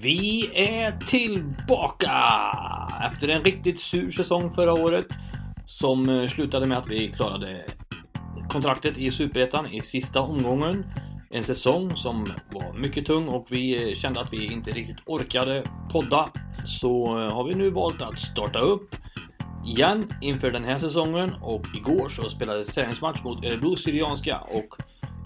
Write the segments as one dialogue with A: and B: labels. A: Vi är tillbaka! Efter en riktigt sur säsong förra året som eh, slutade med att vi klarade kontraktet i Superettan i sista omgången. En säsong som var mycket tung och vi eh, kände att vi inte riktigt orkade podda. Så eh, har vi nu valt att starta upp igen inför den här säsongen och igår så spelades träningsmatch mot Örebro Syrianska och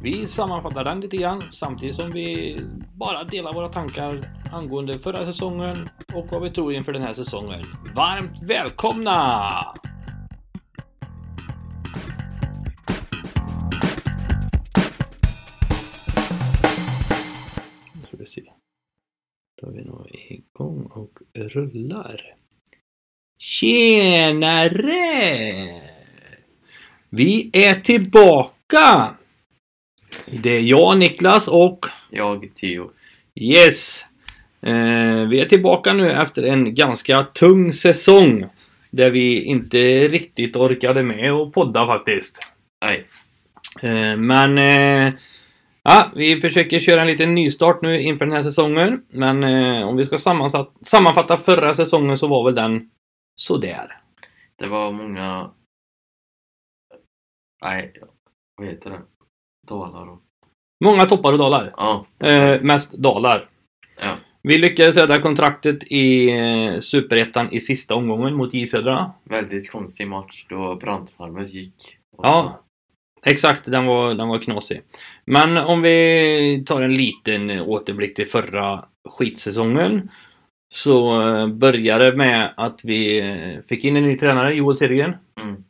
A: vi sammanfattar den lite grann samtidigt som vi bara delar våra tankar angående förra säsongen och vad vi tror inför den här säsongen. Varmt välkomna! ska vi se. Då är vi nog igång och rullar. Tjenare! Vi är tillbaka! Det är jag, Niklas och
B: Jag, Theo.
A: Yes! Eh, vi är tillbaka nu efter en ganska tung säsong. Där vi inte riktigt orkade med att podda faktiskt.
B: Nej.
A: Eh, men... Eh, ja, vi försöker köra en liten nystart nu inför den här säsongen. Men eh, om vi ska sammansatt- sammanfatta förra säsongen så var väl den sådär.
B: Det var många... Nej, vad heter det? Dalar och...
A: Många toppar och dalar.
B: Ja.
A: Eh, mest dalar.
B: Ja.
A: Vi lyckades rädda kontraktet i eh, Superettan i sista omgången mot J Södra.
B: Väldigt konstig match då brandlarmet gick. Och
A: Ja. Exakt, den var, den var knasig. Men om vi tar en liten återblick till förra skitsäsongen. Så eh, började det med att vi eh, fick in en ny tränare, Joel Cedergren.
B: så- Mm.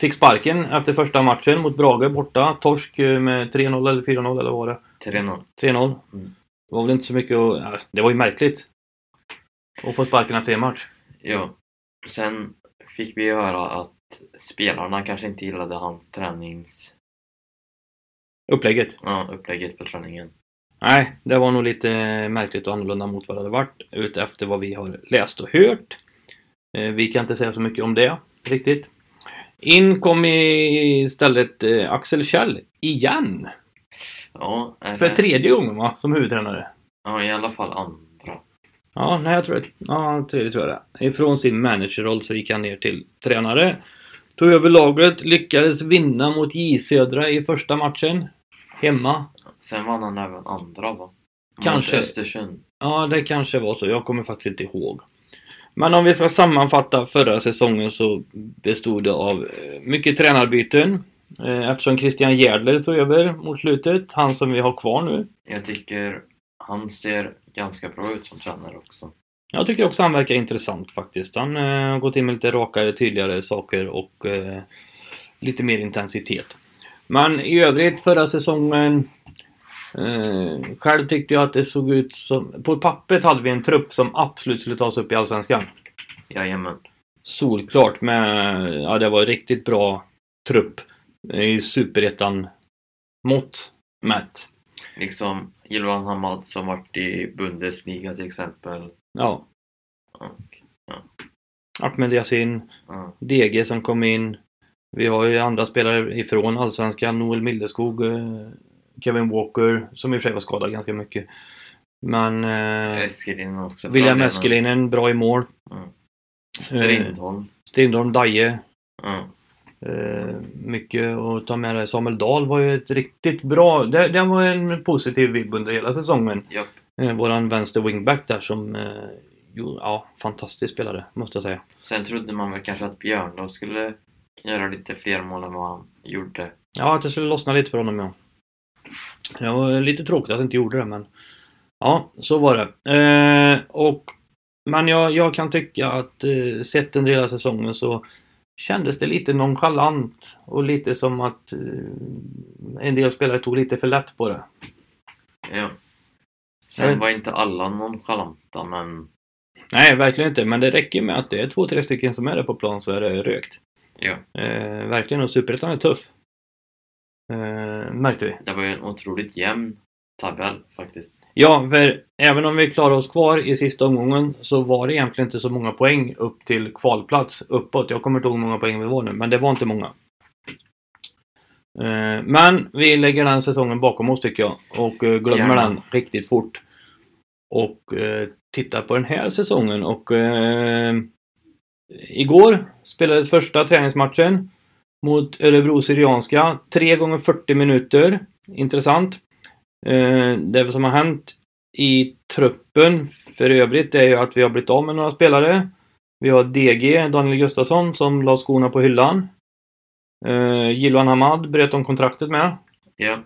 A: Fick sparken efter första matchen mot Brage borta. Torsk eh, med 3-0 eller 4-0 eller vad var det?
B: 3-0.
A: 3-0.
B: Mm.
A: Det var väl inte så mycket att... ja, Det var ju märkligt. Att få sparken efter en match.
B: Ja. Sen fick vi höra att spelarna kanske inte gillade hans tränings...
A: Upplägget.
B: Ja, upplägget på träningen.
A: Nej, det var nog lite märkligt och annorlunda mot vad det hade varit utefter vad vi har läst och hört. Eh, Vi kan inte säga så mycket om det riktigt. In kom i- istället eh, Axel Kjell igen.
B: Ja, är
A: För
B: det-
A: tredje gången va, som huvudtränare.
B: ja, i alla fall andra.
A: Ja, nej, jag tror det. Ja, tredje tror jag det. Ifrån sin managerroll så gick han ner till tränare. Tog över laget, lyckades vinna mot J Södra i första matchen. Hemma.
B: Sen vann han även andra va?
A: Kanske.
B: Mot Östersund.
A: Ja, det kanske var så. Jag kommer faktiskt inte ihåg. Men om vi ska sammanfatta förra säsongen så bestod det av eh, mycket tränarbyten. eh, Eftersom Christian Järdler tog över mot slutet. Han som vi har kvar nu.
B: Jag tycker han ser ganska bra ut som tränare också.
A: Jag tycker också han verkar intressant faktiskt. Han eh, har gått in med lite rakare, tydligare saker och eh, lite mer intensitet. Men i övrigt förra säsongen eh, Själv tyckte jag att det såg ut som... På pappret hade vi en trupp som absolut skulle ta sig upp i Allsvenskan.
B: Jajamän.
A: Solklart med... Ja, det var en riktigt bra trupp. I superettan mått mätt.
B: Liksom Ylvan Hamad som varit i Bundesliga till exempel.
A: Ja.
B: Och,
A: Ahmed Yasin.
B: ja,
A: DG som kom in. Vi har ju andra spelare ifrån Allsvenskan. Noel Milleskog, eh, Kevin Walker, som i och för sig var skadad ganska mycket. Men eh,
B: Eskelin också.
A: William Eskelinen, bra i mål.
B: Mm.
A: Eh,
B: Strindholm.
A: Strindholm, Daje.
B: Ja.
A: Eh, mycket att ta med där. Samuel Dahl var ju ett riktigt bra... Det, det var en positiv vibb under hela säsongen.
B: Japp.
A: Eh, våran vänster wingback där som... Eh, jo, ja, fantastisk spelare, måste jag säga.
B: Sen trodde man väl kanske att Björndal skulle göra lite fler mål än vad han gjorde.
A: Ja, att jag skulle lossna lite för honom ja. Det var lite tråkigt att jag inte gjorde det men... Ja, så var det. Eh, och... Men jag, jag kan tycka att eh, sett under hela säsongen så kändes det lite nonchalant och lite som att eh, en del spelare tog lite för lätt på det.
B: Ja.
A: Jag
B: Sen
A: vet-
B: var inte alla nonchalanta men
A: Nej, verkligen inte. Men det räcker med att det är två, tre stycken som är där på plan så är det rökt.
B: ja,
A: Eh, verkligen. Och Superettan är tuff. Eh, märkte vi.
B: det var ju en otroligt jämn tabell faktiskt.
A: Ja, för även om vi klarade oss kvar i sista omgången så var det egentligen inte så många poäng upp till kvalplats uppåt. Jag kommer inte ihåg hur många poäng vi var nu, men det var inte många. Eh, Men vi lägger den säsongen bakom oss tycker jag och eh, glömmer
B: Gärna.
A: den riktigt fort. Och eh, tittar på den här säsongen och eh, igår spelades första träningsmatchen mot Örebro Syrianska. 3 gånger 40 minuter. Intressant. Eh, det som har hänt i truppen för övrigt är ju att vi har blivit av med några spelare. Vi har DG, Daniel Gustafsson, som la skorna på hyllan. Eh, Gilwan Hamad bröt de kontraktet med.
B: Ja.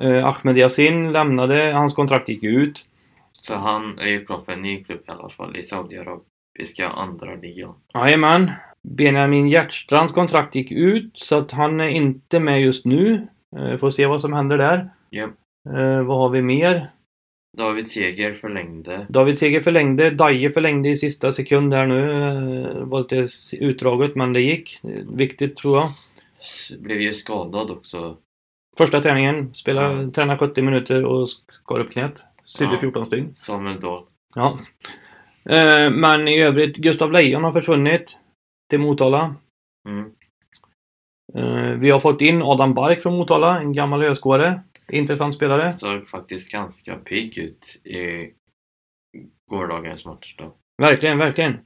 A: Eh, Ahmed Yassin lämnade, hans kontrakt gick ut.
B: Så han är ju klar för en ny klubb i alla fall i Saudiarabiska andra ligan.
A: Jajamän. Benjamin Hjertstrands kontrakt gick ut så att han är inte med just nu. Eh, Får se vad som händer där.
B: Ja.
A: Eh, vad har vi mer?
B: David Seger förlängde.
A: David Seger förlängde, Daje förlängde i sista sekund där nu. Eh, Det var lite s- utdraget men det gick. Eh, Viktigt tror jag.
B: S- Blev ju skadad också.
A: Första träningen, spela,
B: Ja.
A: träna 70 minuter och skar upp knät. Sydde
B: Ja.
A: 14 stygn.
B: Samuel då.
A: Ja. Eh, Men i övrigt, Gustav Leijon har försvunnit till Motala.
B: Mm.
A: Eh, Vi har fått in Adam Bark från Motala, en gammal öskåre. Intressant spelare.
B: Såg faktiskt ganska pigg ut i gårdagens match då.
A: Verkligen, verkligen.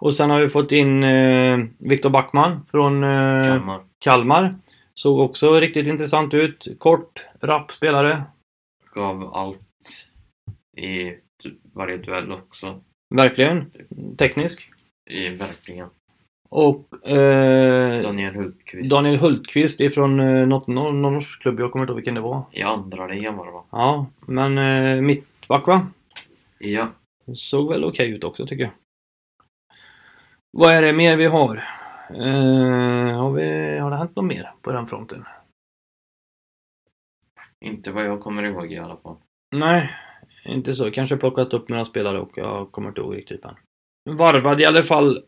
A: Och sen har vi fått in eh, Viktor Backman från eh,
B: Kalmar.
A: Kalmar. Såg också riktigt intressant ut. Kort, rapp spelare.
B: Gav allt i du- varje duell också.
A: Verkligen. Teknisk.
B: I verkligen.
A: Och eh,
B: Daniel Hultqvist.
A: Daniel Hultqvist ifrån eh, något, någon, någon norsk klubb, jag kommer inte ihåg vilken det var.
B: I andra ligan var det va?
A: Ja, men eh, mittback va?
B: Ja.
A: Såg väl okej ut också tycker jag. Vad är det mer vi har? Eh, har, vi, har det hänt något mer på den fronten?
B: Inte vad jag kommer ihåg i alla fall.
A: Nej, inte så. Kanske plockat upp några spelare och jag kommer inte ihåg riktigt än. Varvad i alla fall.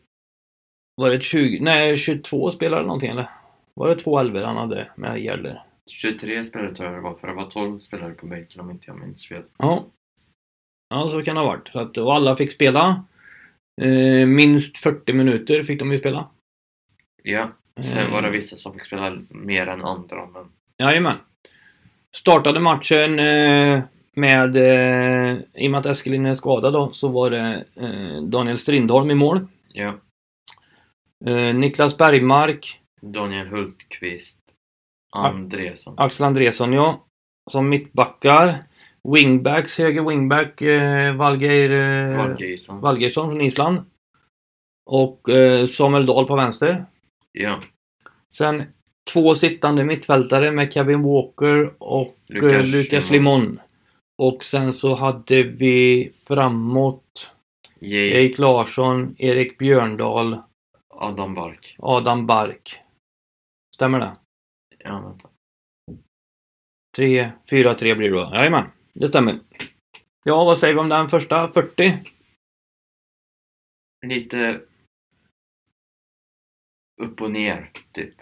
A: Var det 20, nej 22 spelare någonting eller? Var det två elver han hade med Gärder?
B: 23 spelare tror jag det var, för det var 12 spelare på bänken om inte jag minns fel.
A: Ja. Ja, så kan det ha varit. Så att, och alla fick spela. Eh, minst 40 minuter fick de ju spela.
B: Ja, sen
A: Eh,
B: var det vissa som fick spela mer än andra, men
A: Jajamän. Startade matchen eh, med, eh, i och med att Eskelin är skadad då, så var det eh, Daniel Strindholm i mål.
B: ja.
A: Eh, Niklas Bergmark,
B: Daniel Hultqvist, Andreasson.
A: Axel Andresson ja, som mittbackar. Wingbacks, höger wingback, eh, Valgeir eh,
B: Valgeirsson.
A: Valgeirsson från Island. Och eh, Samuel Dahl på vänster.
B: Ja.
A: Sen två sittande mittfältare med Kevin Walker och
B: Lucas
A: Lucas, Lucas
B: Limon.
A: Limon. Och sen så hade vi framåt
B: Jake,
A: Erik Larsson, Erik Björndal,
B: Adam Bark.
A: Adam Bark. Stämmer det?
B: Ja, vänta.
A: 3, 4, 3 blir det då. Jajamän, det stämmer. Ja, vad säger vi om den första 40?
B: Lite upp och ner, typ.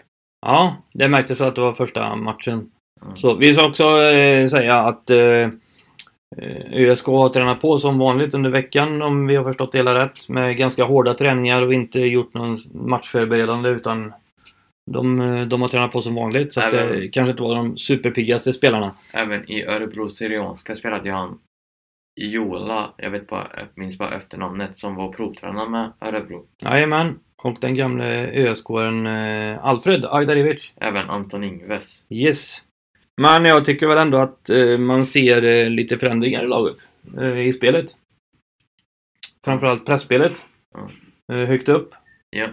A: Ja, det märktes att det var första matchen.
B: Mm.
A: Så vi ska också eh, säga att eh, eh, ÖSK har tränat på som vanligt under veckan om vi har förstått det hela rätt. Med ganska hårda träningar och inte gjort någon matchförberedande utan de, eh, de har tränat på som vanligt. Så att det
B: Även-
A: kanske inte var de superpiggaste spelarna.
B: Även i Örebro Syrianska spelade jag han Jola, jag vet bara, jag minns bara efternamnet, som var provtränare med Örebro.
A: Jajamän. Och den gamle ÖSK-aren eh, Alfred Ajdarevic.
B: Även Anton Ingves.
A: Yes. Men jag tycker väl ändå att eh, man ser eh, lite förändringar i laget. Eh, I spelet. Framförallt pressspelet.
B: Ja.
A: Eh, högt upp.
B: Ja.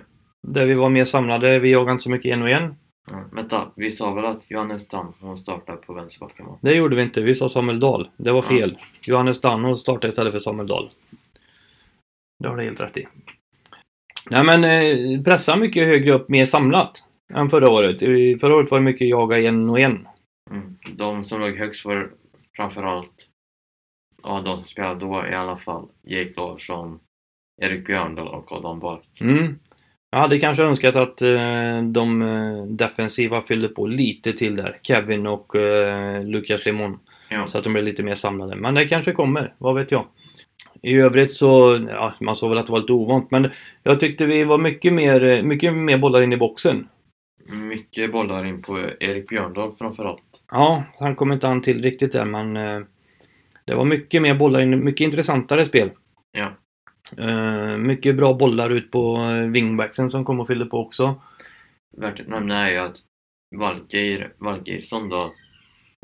A: Där vi var mer samlade. Vi jagade inte så mycket en och en.
B: Ja, vänta, vi sa väl att Johannes Damm, hon startar på vänsterbacken va?
A: Det gjorde vi inte. Vi sa Samuel Dahl. Det var
B: Ja.
A: fel. Johannes Danno startade istället för Samuel Dahl. Det har du helt rätt i. Nej men eh, pressa mycket högre upp, mer samlat. Än förra året. I- Förra året var det mycket jaga en och en.
B: Mm. De som låg högst var framförallt, ja de som spelade då i alla fall, Jake Larsson, Erik Björndal och Adam Bark.
A: Mm. Jag hade kanske önskat att eh, de eh, defensiva fyllde på lite till där. Kevin och eh, Lukas Limon.
B: Ja.
A: Så att de blev lite mer samlade. Men det kanske kommer, vad vet jag. I övrigt så, ja, man såg väl att det var lite ovant. Men jag tyckte vi var mycket mer, eh, mycket mer bollar in i boxen.
B: Mycket bollar in på Erik Björndal framförallt.
A: Ja, han kom inte an till riktigt där men eh, det var mycket mer bollar in, mycket intressantare spel.
B: Ja.
A: Eh, mycket bra bollar ut på eh, wingbacksen som kom och fyllde på också.
B: Värt att nämna är ju att Valgeir Valgeirsson då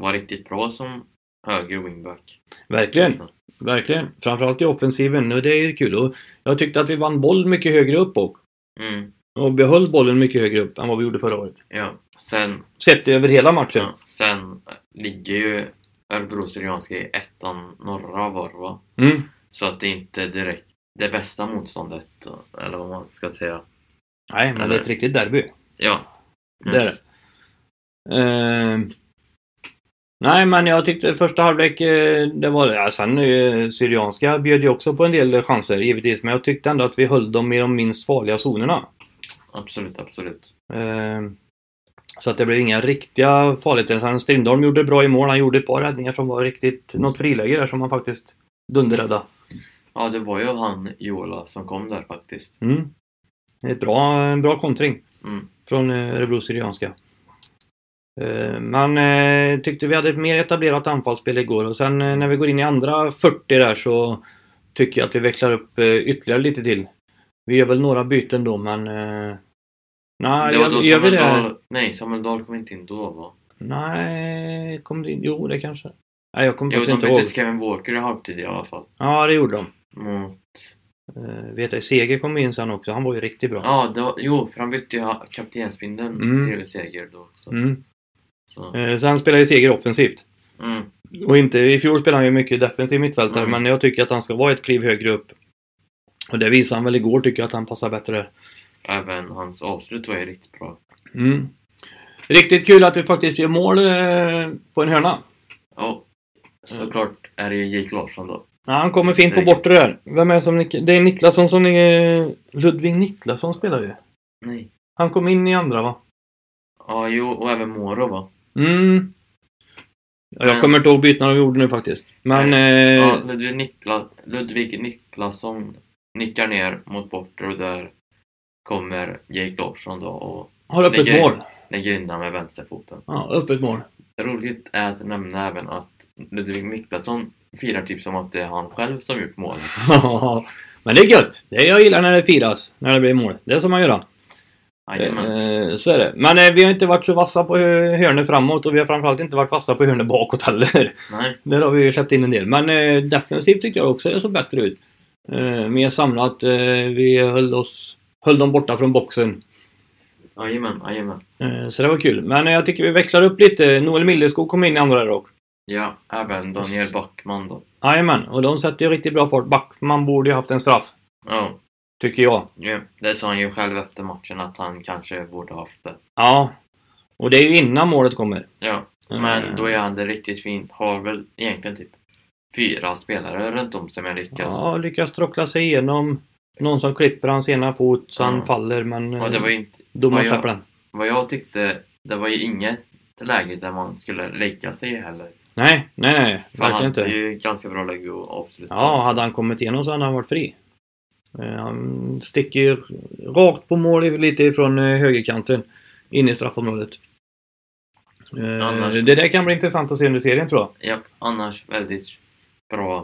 B: var riktigt bra som höger wingback.
A: Verkligen,
B: Alltså,
A: verkligen. Framförallt i offensiven. nu Det är kul. Och jag tyckte att vi vann boll mycket högre upp och,
B: Mm,
A: och behöll bollen mycket högre upp än vad vi gjorde förra året.
B: ja. Sen,
A: Sett över hela matchen.
B: ja, sen ligger ju Örebro Syrianska i ettan norra var va?
A: Mm.
B: Så att det är inte direkt det bästa motståndet, eller vad man ska säga.
A: Nej, men det är ett riktigt derby.
B: Ja. Mm.
A: Det är det. Eh, nej, men jag tyckte första halvlek, eh, det var ja, Sen eh, Syrianska bjöd ju också på en del chanser givetvis, men jag tyckte ändå att vi höll dem i de minst farliga zonerna.
B: Absolut, absolut.
A: Eh, så att det blev inga riktiga farligheter. Sen Strindholm gjorde bra i mål. Han gjorde ett par räddningar som var riktigt... Något friläge där som han faktiskt dunderrädda.
B: Ja, det var ju han Jola som kom där faktiskt.
A: Mm. Ett bra, en bra kontring.
B: Mm.
A: Från eh, Örebro Syrianska. Eh, Man eh, tyckte vi hade ett mer etablerat anfallsspel igår och sen eh, när vi går in i andra 40 där så tycker jag att vi växlar upp eh, ytterligare lite till. Vi gör väl några byten då men... eh, Nej,
B: det var
A: gör,
B: då
A: gör vi
B: Samuel
A: det?
B: Dahl... Nej, Samuel Dahl kom inte in då va?
A: Nej, kom det in? Jo, det kanske. Nej, jag kommer
B: Jo,
A: faktiskt
B: de
A: inte
B: bytte
A: ihåg.
B: ut Kevin Walker i halvtid i alla fall. Mm.
A: Ja, det gjorde de.
B: Mot...
A: Eh, Vet jag, Seger kom in sen också. Han var ju riktigt bra.
B: Ja, det var... jo, för han bytte ju ha- kaptensbindeln
A: Mm.
B: till Seger då också.
A: Mm.
B: Så.
A: Eh, Sen spelade ju Seger offensivt.
B: Mm.
A: Och inte, i fjol spelade han ju mycket defensiv mittfältare,
B: Mm.
A: men jag tycker att han ska vara ett kliv högre upp. Och det visade han väl igår, tycker jag att han passar bättre där.
B: Även hans avslut var ju riktigt bra.
A: Mm. Riktigt kul att vi faktiskt gör mål eh, på en hörna.
B: Ja, såklart är det ju Jake Larsson då.
A: Ja, han kommer fint på
B: Riktigt.
A: bortre där. Vem är det som... nick- Det är Niklasson som... Är, Ludvig Niklasson spelar ju.
B: Nej.
A: Han kom in i andra, va?
B: Ja, jo, och även Moro va?
A: Mm. Ja, Jag
B: Men-
A: kommer inte ihåg bytena vi gjorde nu faktiskt. Men... Eh,
B: Ja, Ludvig, Nikla, Ludvig Niklasson nickar ner mot bortre och där kommer Jake Larsson då och
A: har öppet
B: ligger-
A: mål.
B: lägger in den med vänsterfoten.
A: Ja, öppet mål.
B: Roligt är att nämna även att Ludvig Niklasson firar typ som att det är han själv som gjort målet.
A: Ja, men det är gött. Det jag gillar när det firas, när det blir mål. Det ska man göra.
B: Jajamän.
A: Eh, så är det. Men eh, vi har inte varit så vassa på eh, hörnet framåt och vi har framförallt inte varit vassa på hörnet bakåt heller.
B: Nej.
A: Där har vi ju släppt in en del. Men eh, defensivt tyckte jag också det såg bättre ut. Eh, mer samlat. Eh, vi höll, oss, höll dem borta från boxen.
B: Jajamän, jajamän.
A: Eh, så det var kul. Men eh, jag tycker vi växlar upp lite. Noel Milleskog kom in i andra där också.
B: Ja, även Daniel Backman då.
A: Jajamän, och de sätter ju riktigt bra fart. Backman borde ju haft en straff.
B: Ja,
A: Tycker jag.
B: ja, det sa han ju själv efter matchen att han kanske borde haft det.
A: Ja. Och det är ju innan målet kommer. Eh,
B: Ja, men då är han det riktigt fint. Har väl egentligen typ fyra spelare runt om som jag lyckas.
A: Ja, lyckas trockla sig igenom. Någon som klipper hans ena fot så han
B: Ja.
A: faller men eh,
B: Och det var ju inte,
A: domaren
B: vad jag-
A: släpper den.
B: vad jag tyckte, det var ju inget läge där man skulle lägga sig heller.
A: Nej, nej, nej.
B: För han
A: Verkligen
B: hade
A: inte.
B: ju ganska bra läge att avsluta.
A: Ja, hade han kommit igenom så hade han varit fri. Eh, Han sticker ju rakt på mål lite ifrån eh, högerkanten. In i straffområdet. Eh,
B: Annars-
A: Det där kan bli intressant att se under serien tror jag.
B: ja, annars väldigt bra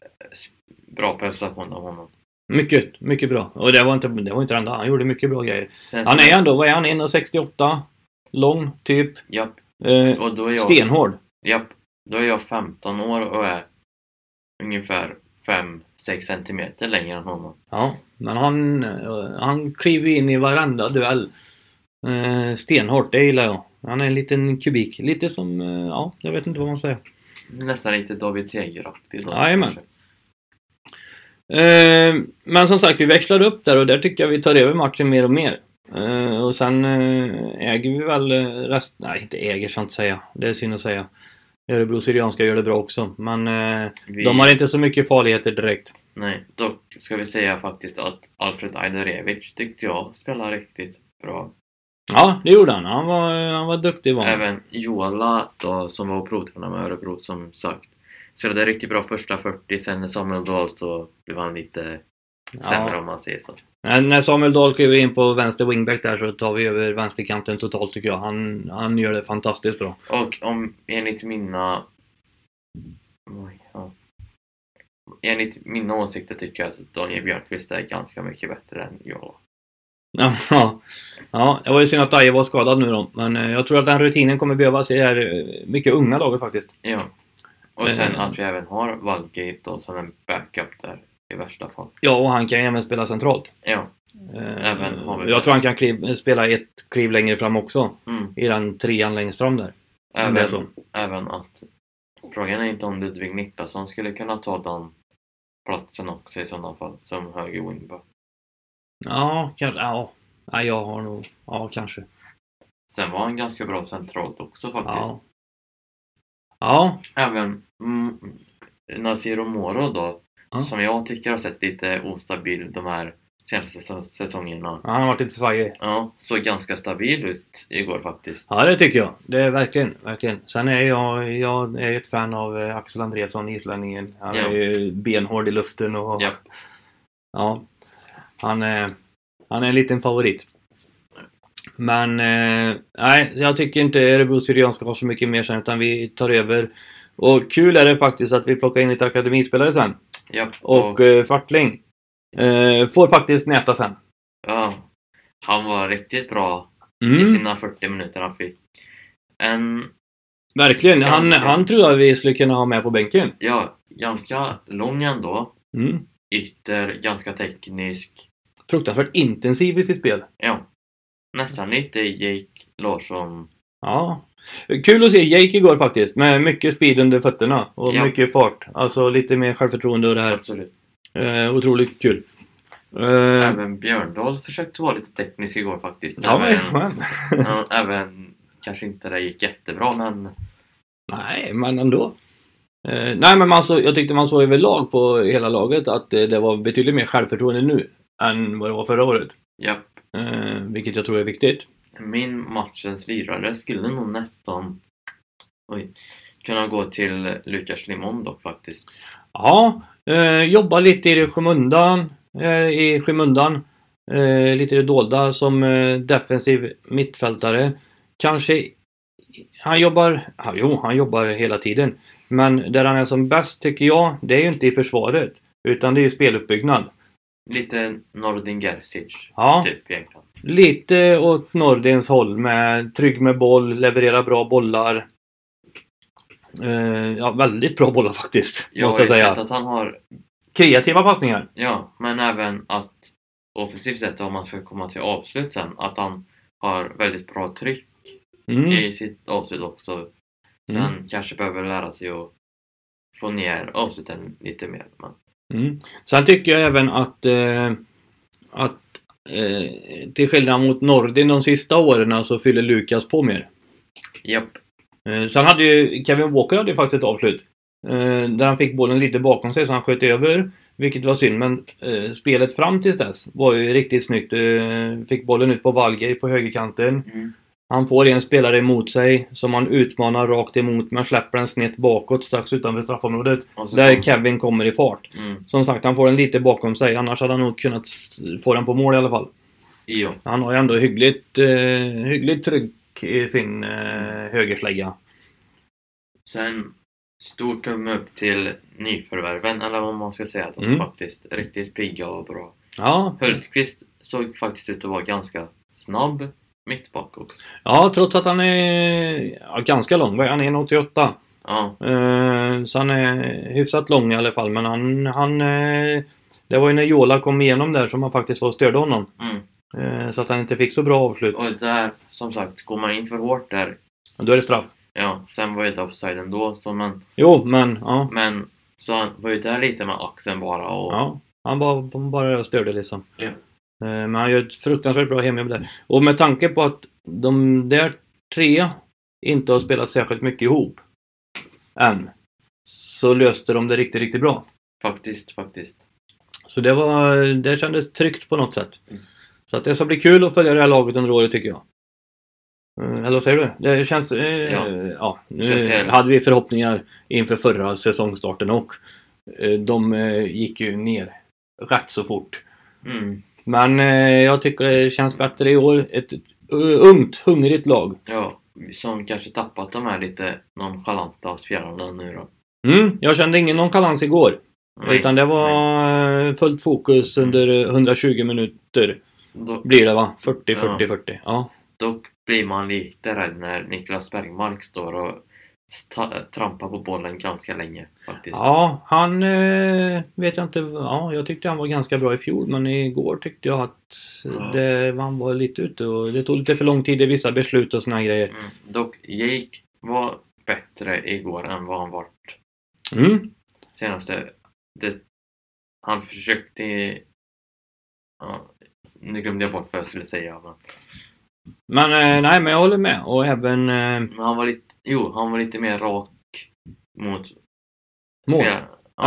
B: eh, bra prestation av honom.
A: Mycket, mycket bra. Och det var inte det var inte det enda. Han gjorde mycket bra grejer.
B: Sen
A: Han är ändå, vad är han, 1,68? Lång, typ.
B: Japp,
A: Eh,
B: och då är jag...
A: Stenhård.
B: Japp, då är jag 15 år och är ungefär 5-6 centimeter längre än honom.
A: Ja, men han, eh, han kliver in i varenda duell. Eh, stenhårt, det gillar jag. Han är en liten kubik. Lite som, eh, ja, jag vet inte vad man säger.
B: Nästan lite David Segeraktig då.
A: Jajamän.
B: kanske.
A: Eh, men som sagt, vi växlar upp där och där tycker jag vi tar över matchen mer och mer. Eh, och sen eh, äger vi väl eh, rest... Nej, inte äger ska jag inte säga. Det är synd att säga. Örebro Syrianska gör det bra också, men eh,
B: Vi,
A: de har inte så mycket farligheter direkt.
B: Nej, dock ska vi säga faktiskt att Alfred Ajdarevic tyckte jag spelade riktigt bra.
A: Ja, det gjorde han. Han var, eh, han var duktig var han.
B: Även Jola då, som var provtränare med Örebro som sagt. Spelade riktigt bra första 40, sen när Samuel Dahl så blev han lite sämre om man säger så.
A: När när Samuel Dahl kliver in på vänster wingback där så tar vi över vänsterkanten totalt tycker jag. Han, han gör det fantastiskt bra.
B: Och om enligt mina... Oj, ja. enligt mina åsikter tycker jag att Daniel Björkqvist är ganska mycket bättre än Jola.
A: Ja, ja, det var ju synd att Daje var skadad nu då. Men eh, jag tror att den rutinen kommer behövas i det här eh, mycket unga laget faktiskt.
B: Ja. Och sen
A: Eh.
B: att vi även har Valgate då som en backup där i värsta fall.
A: Ja, och han kan ju även spela centralt.
B: Ja.
A: Eh,
B: Även har vi-
A: jag tror han kan kliv, spela ett kliv längre fram också.
B: Mm.
A: I den trean längst fram där. Om det är
B: Även,
A: så.
B: även att frågan är inte om Ludvig Niklasson skulle kunna ta den platsen också i sådana fall som höger wingback.
A: Ja, kanske. Ja, ja jag har nog... Ja, kanske.
B: Sen var han ganska bra centralt också faktiskt.
A: Ja. Ja,
B: Även mm, Nasiro Moro då,
A: Ja.
B: som jag tycker har sett lite ostabil de här senaste säs- säsongerna.
A: han har varit lite svajig.
B: Ja, såg ganska stabil ut igår faktiskt.
A: Ja, det tycker jag. Det är verkligen, verkligen. Sen är jag, jag är ju ett fan av eh, Axel Andresson, islänningen. Han
B: Ja.
A: är ju benhård i luften och...
B: Ja.
A: Ja. Han är, han är en liten favorit. Men eh, nej, jag tycker inte Örebro Syrianska har så mycket mer sen utan vi tar över. Och kul är det faktiskt att vi plockar in lite akademispelare sen.
B: Ja,
A: Och, eh, Fartling eh, får faktiskt näta sen.
B: ja, han var riktigt bra i
A: Mm,
B: sina 40 minuter han fick. En,
A: verkligen. Han,
B: ganska-
A: han tror jag vi skulle kunna ha med på bänken.
B: ja, ganska lång ändå.
A: Mm.
B: Ytter, ganska teknisk.
A: Fruktansvärt intensiv i sitt spel.
B: Ja, nästan lite Jake Larsson.
A: Ja. Kul att se Jake igår faktiskt, med mycket speed under fötterna och
B: Ja.
A: mycket fart. Alltså lite mer självförtroende och det här.
B: Absolut.
A: Eh, otroligt kul. Eh,
B: Även Björndal försökte vara lite teknisk igår faktiskt.
A: ja, men,
B: Även- Ja, även kanske inte det gick jättebra men
A: nej, men ändå. Eh, nej, men man så, jag tyckte man såg överlag på hela laget att eh, det var betydligt mer självförtroende nu än vad det var förra året.
B: ja,
A: Eh, vilket jag tror är viktigt.
B: min matchens lirare skulle nog nästan oj, kunna gå till Lukas Limon dock faktiskt.
A: Ja, eh, jobba lite i det skymundan. Eh, I skymundan. Eh, lite i det dolda som eh, defensiv mittfältare. Kanske... Han jobbar... Ja, jo, han jobbar hela tiden. Men där han är som bäst tycker jag, det är ju inte i försvaret. Utan det är ju speluppbyggnad.
B: Lite Nordin Gerzic
A: Ja,
B: typ egentligen.
A: lite åt Nordins håll med trygg med boll, leverera bra bollar. Eh, ja, väldigt bra bollar faktiskt.
B: Jag har
A: måste
B: ju
A: jag säga.
B: sett att han har,
A: Kreativa passningar.
B: ja, men även att offensivt sett om man ska komma till avslut sen, att han har väldigt bra tryck
A: Mm.
B: i sitt avslut också. Sen
A: Mm.
B: kanske behöver lära sig att få ner avsluten lite mer. Men,
A: Mm. Sen tycker jag även att, eh, att eh, till skillnad mot Nordin de sista åren så fyller Lukas på mer.
B: japp,
A: Eh, sen hade ju Kevin Walker hade ju faktiskt ett avslut. Eh, där han fick bollen lite bakom sig så han sköt över. Vilket var synd men eh, spelet fram tills dess var ju riktigt snyggt. Eh, fick bollen ut på Valgej på högerkanten.
B: mm,
A: Han får en spelare emot sig som han utmanar rakt emot men släpper den snett bakåt strax utanför straffområdet.
B: och så
A: Där
B: kom-
A: Kevin kommer i fart.
B: mm,
A: Som sagt, han får den lite bakom sig. Annars hade han nog kunnat s- få den på mål i alla fall.
B: ja,
A: Han har ju ändå hyggligt, eh, hyggligt tryck i sin eh, högerslägga.
B: Sen stor tumme upp till nyförvärven, eller vad man ska säga. De
A: Mm.
B: faktiskt riktigt pigga och bra.
A: Ja,
B: Hultqvist såg faktiskt ut att vara ganska snabb mittback också.
A: ja, trots att han är ja, ganska lång. Vad är Han är 1,88.
B: Ja,
A: Eh, så han är hyfsat lång i alla fall. Men han... han eh, det var ju när Jola kom igenom där som han faktiskt var och störde honom.
B: mm.
A: Eh, så att han inte fick så bra avslut.
B: och där, som sagt, går man in för hårt där,
A: Då är det straff.
B: ja, sen var ju det offside ändå, så men,
A: Jo, men ja.
B: men så han var ju där lite med axeln bara och
A: Ja, han bara, han bara störde liksom.
B: Ja.
A: Eh, Men han gör ett fruktansvärt bra hemjobb där. Och med tanke på att de där tre inte har spelat särskilt mycket ihop än, så löste de det riktigt, riktigt bra.
B: faktiskt, faktiskt.
A: Så det, var, det kändes tryggt på något sätt.
B: Mm.
A: Så att det ska bli kul att följa det här laget under året tycker jag. Eh, Eller vad säger du? Det känns... Eh, ja.
B: Ja.
A: nu
B: Känns det.
A: hade vi förhoppningar inför förra säsongstarten och eh, de eh, gick ju ner rätt så fort.
B: Mm,
A: Men eh, jag tycker det känns bättre i år. Ett eh, ungt, hungrigt lag.
B: ja, som kanske tappat de här lite nonchalanta spelarna nu då.
A: Mm, jag kände ingen nonchalans igår.
B: Nej,
A: Utan det var eh, fullt fokus under eh, 120 minuter.
B: Då,
A: Blir det va? 40,
B: Ja.
A: 40, 40. Ja.
B: dock blir man lite rädd när Niklas Bergmark står och sta- trampar på bollen ganska länge faktiskt.
A: Ja, han eh, vet jag inte. Ja, jag tyckte han var ganska bra i fjol men igår tyckte jag att
B: Ja.
A: det, han var lite ute och det tog lite för lång tid i vissa beslut och såna här grejer.
B: Mm. Dock, Jake var bättre igår än vad han var
A: Mm.
B: senaste... Det, han försökte... Ja, nu glömde jag bort vad jag skulle säga. Men,
A: Men eh, nej, men jag håller med och även eh,
B: men han var lite... Jo, han var lite mer rak mot...
A: mål.
B: Ja,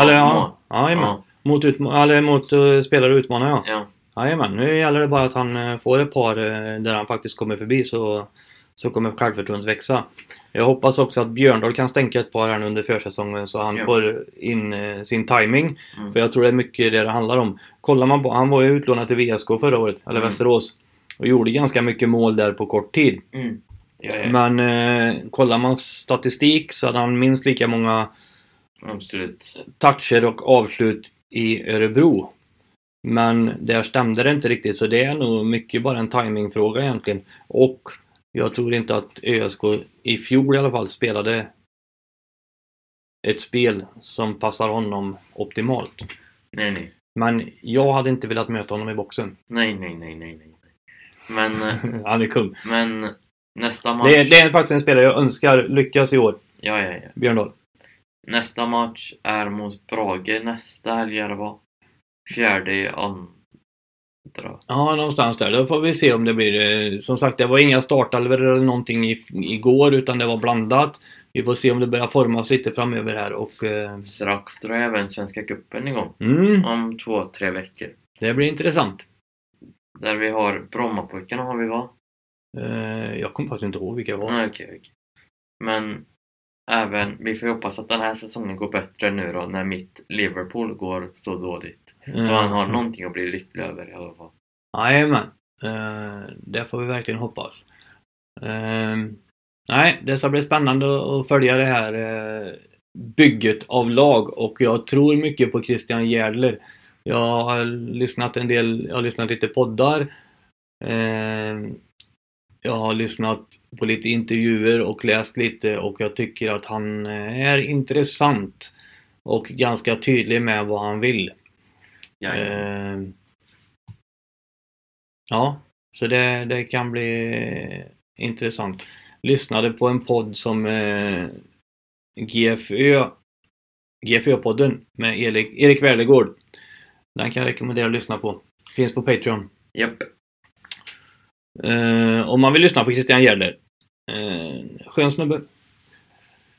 A: Eller
B: mål.
A: ja, ja, ja.
B: Ja,
A: mot, utma- eller, mot eh, spelare och utmanare ja.
B: ja.
A: Jajamän, nu gäller det bara att han eh, får ett par eh, där han faktiskt kommer förbi så, så kommer självförtroendet växa. Jag hoppas också att Björndal kan stänka ett par här nu under försäsongen så han
B: Ja.
A: får in eh, sin timing.
B: Mm.
A: För jag tror det är mycket det det handlar om. Kollar man på, han var ju utlånad till VSK förra året, eller
B: Mm.
A: Västerås. Och gjorde ganska mycket mål där på kort tid.
B: Mm. Ja, ja.
A: Men eh, kollar man statistik så hade han minst lika många
B: Absolut.
A: toucher och avslut i Örebro. Men där stämde det inte riktigt, så det är nog mycket bara en timingfråga egentligen. Och jag tror inte att ÖSK i fjol i alla fall spelade ett spel som passar honom optimalt.
B: Nej, nej.
A: Men jag hade inte velat möta honom i boxen.
B: Nej, nej, nej, nej, nej. Men, eh,
A: Han är kung.
B: men nästa match...
A: Det är, det är faktiskt en spelare jag önskar lyckas i år,
B: Ja, ja, ja.
A: Björn Dahl.
B: Nästa match är mot Brage nästa helg, eller vad? Fjärde i andra.
A: Ja, någonstans där. Då får vi se om det blir... eh, Som sagt, det var inga startelvor eller någonting i, igår, utan det var blandat. Vi får se om det börjar formas lite framöver här och... eh,
B: Strax drar även Svenska cupen igång.
A: Mm,
B: Om två, tre veckor.
A: det blir intressant.
B: Där vi har Brommapojkarna har vi va?
A: Eh, Jag kommer faktiskt inte ihåg vilka det var.
B: Nej, okej. okej. Men även, vi får ju hoppas att den här säsongen går bättre nu då när mitt Liverpool går så dåligt. Så han
A: Eh,
B: har någonting att bli lycklig över i alla fall.
A: Jajamän. Eh, Det får vi verkligen hoppas. Eh, Nej, det ska bli spännande att följa det här eh, bygget av lag och jag tror mycket på Christian Järdler. Jag har lyssnat en del, jag har lyssnat lite poddar. Eh, Jag har lyssnat på lite intervjuer och läst lite och jag tycker att han eh, är intressant och ganska tydlig med vad han vill.
B: Ja, ja.
A: Eh, ja, så det, det kan bli intressant. Lyssnade på en podd som eh, GFÖ GFÖ-podden med Erik, Erik Värdegård. Den kan jag rekommendera att lyssna på. Finns på Patreon.
B: Japp.
A: Eh, om man vill lyssna på Christian Gärder. Eh, skön snubbe.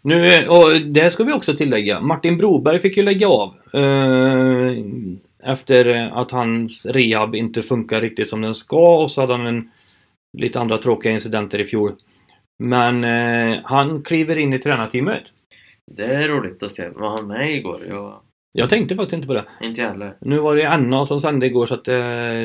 A: Nu, eh, och det ska vi också tillägga. Martin Broberg fick ju lägga av. Eh, efter att hans rehab inte funkar riktigt som den ska och så hade han en, lite andra tråkiga incidenter i fjol. Men eh, han kliver in i tränarteamet.
B: Det är roligt att se. Var han med igår? Jag...
A: Jag tänkte faktiskt inte på det.
B: Inte jag heller.
A: Nu var det NA som sände igår så att eh,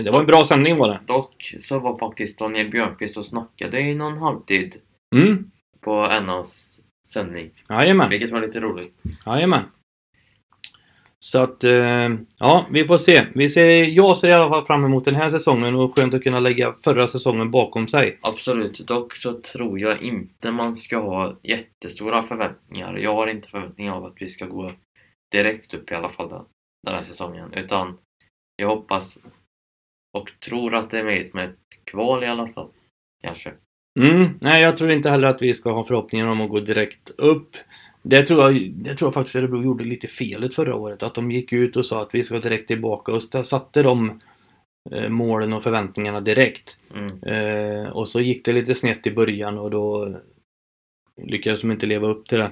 A: det var en bra sändning var det.
B: Dock så var faktiskt Daniel Björkqvist och snackade i någon halvtid
A: Mm.
B: på NAs sändning.
A: Jajamän.
B: Vilket var lite roligt.
A: Jajamän. Så att, eh, ja, vi får se. Vi ser, jag ser i alla fall fram emot den här säsongen och skönt att kunna lägga förra säsongen bakom sig.
B: Absolut, dock så tror jag inte man ska ha jättestora förväntningar. Jag har inte förväntningar av att vi ska gå direkt upp i alla fall den, den här säsongen. Utan jag hoppas och tror att det är möjligt med ett kval i alla fall. Kanske.
A: Mm, nej, jag tror inte heller att vi ska ha förhoppningen om att gå direkt upp. Det tror jag, det tror jag faktiskt Örebro gjorde lite felet förra året. Att de gick ut och sa att vi ska direkt tillbaka och st- satte de eh, målen och förväntningarna direkt.
B: Mm.
A: Eh, och så gick det lite snett i början och då lyckades de inte leva upp till det.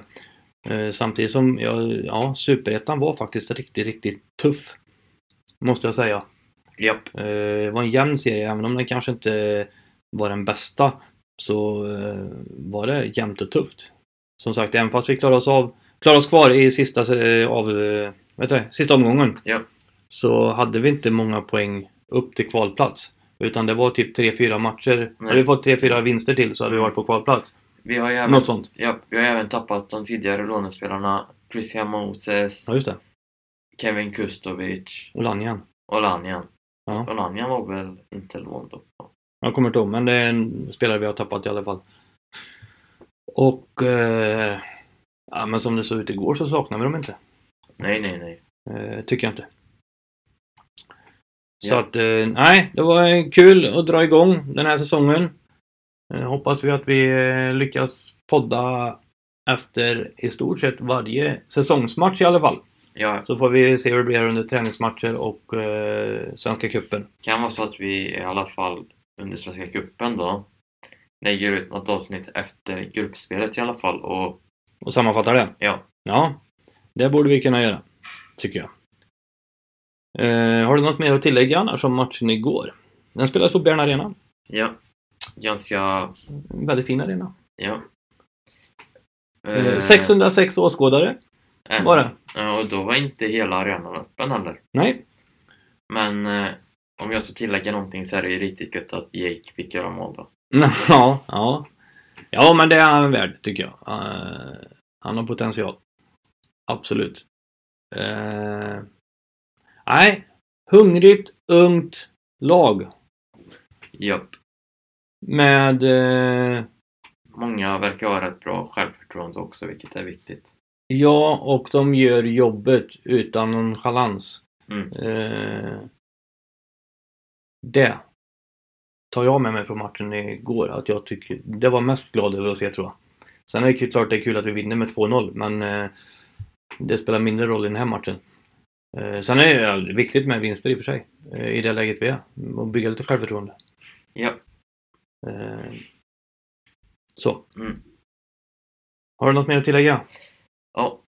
A: Eh, samtidigt som, ja, ja superettan var faktiskt riktigt, riktigt tuff. Måste jag säga.
B: Japp.
A: Eh, det var en jämn serie, även om den kanske inte var den bästa. Så eh, var det jämnt och tufft. Som sagt, även fast vi klarade oss, av, klarade oss kvar i sista, eh, av, eh, vet du, sista omgången.
B: Ja.
A: Så hade vi inte många poäng upp till kvalplats. Utan det var typ 3-4 matcher.
B: Nej.
A: Hade vi fått 3-4 vinster till så hade vi varit på kvalplats.
B: Vi har ju även,
A: Något sånt.
B: japp, vi har även tappat de tidigare lånespelarna Christian Moses,
A: Ja, just det.
B: Kevin Kustovic
A: Olanjan.
B: och Lanyan.
A: Ja.
B: Och Lanyan var väl inte lån då?
A: Jag kommer inte ihåg, men det är en spelare vi har tappat i alla fall. Och... Eh, ja, men som det såg ut igår så saknar vi dem inte.
B: Nej, nej, nej.
A: Eh, tycker jag inte. Så
B: Ja.
A: att, eh, nej, det var eh, kul att dra igång den här säsongen. Eh, hoppas vi att vi eh, lyckas podda efter i stort sett varje säsongsmatch i alla fall.
B: Ja,
A: Så får vi se hur det blir under träningsmatcher och eh, Svenska cupen.
B: kan vara så att vi i alla fall under Svenska cupen då lägger ut något avsnitt efter gruppspelet i alla fall och
A: Och sammanfattar det.
B: ja,
A: Ja, det borde vi kunna göra. Tycker jag. Eh, har du något mer att tillägga annars om matchen igår? Den spelades på Bern Arena.
B: ja. Ganska,
A: En väldigt fin arena.
B: ja.
A: Eh,
B: Eh,
A: 606 åskådare
B: eh,
A: var det.
B: eh, Och då var inte hela arenan öppen heller.
A: Nej,
B: Men eh, om jag ska tillägga någonting så är det ju riktigt gött att Jake fick göra mål då.
A: ja, ja. Ja, men det är han värd, tycker jag. Eh, han har potential. Absolut. Eh, nej, hungrigt, ungt lag
B: Japp.
A: med... Eh,
B: Många verkar ha rätt bra självförtroende också, vilket är viktigt.
A: ja, och de gör jobbet utan nonchalans.
B: Mm.
A: Eh, det tar jag med mig från matchen igår. Att jag tycker, det var mest glad över att se, tror jag. Sen är det ju klart det är kul att vi vinner med 2-0, men eh, det spelar mindre roll i den här matchen. Eh, sen är det viktigt med vinster i och för sig, eh, i det läget vi är. Och bygga lite självförtroende.
B: Ja.
A: Eh, så.
B: Mm.
A: Har du något mer att tillägga?
B: Ja.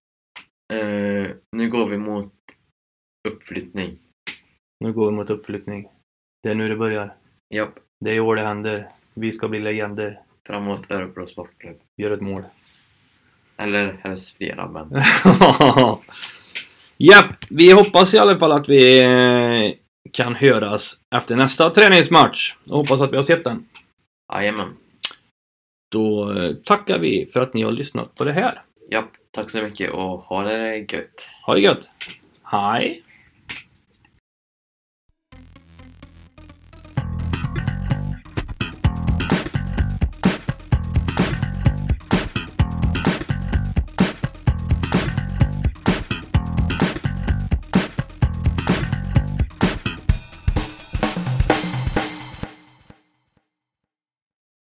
B: Eh, nu går vi mot uppflyttning.
A: Nu går vi mot uppflyttning. Det är nu det börjar.
B: Japp.
A: Det är i år det händer. Vi ska bli legender.
B: Framåt Örebro Sportklubb.
A: Gör ett mål.
B: Eller helst flera, men
A: Japp, vi hoppas i alla fall att vi eh, kan höras efter nästa träningsmatch. Och hoppas att vi har sett den.
B: jajamän.
A: Då eh, tackar vi för att ni har lyssnat på det här.
B: Japp. Tack så mycket och ha det gött.
A: Ha det gött! Hej!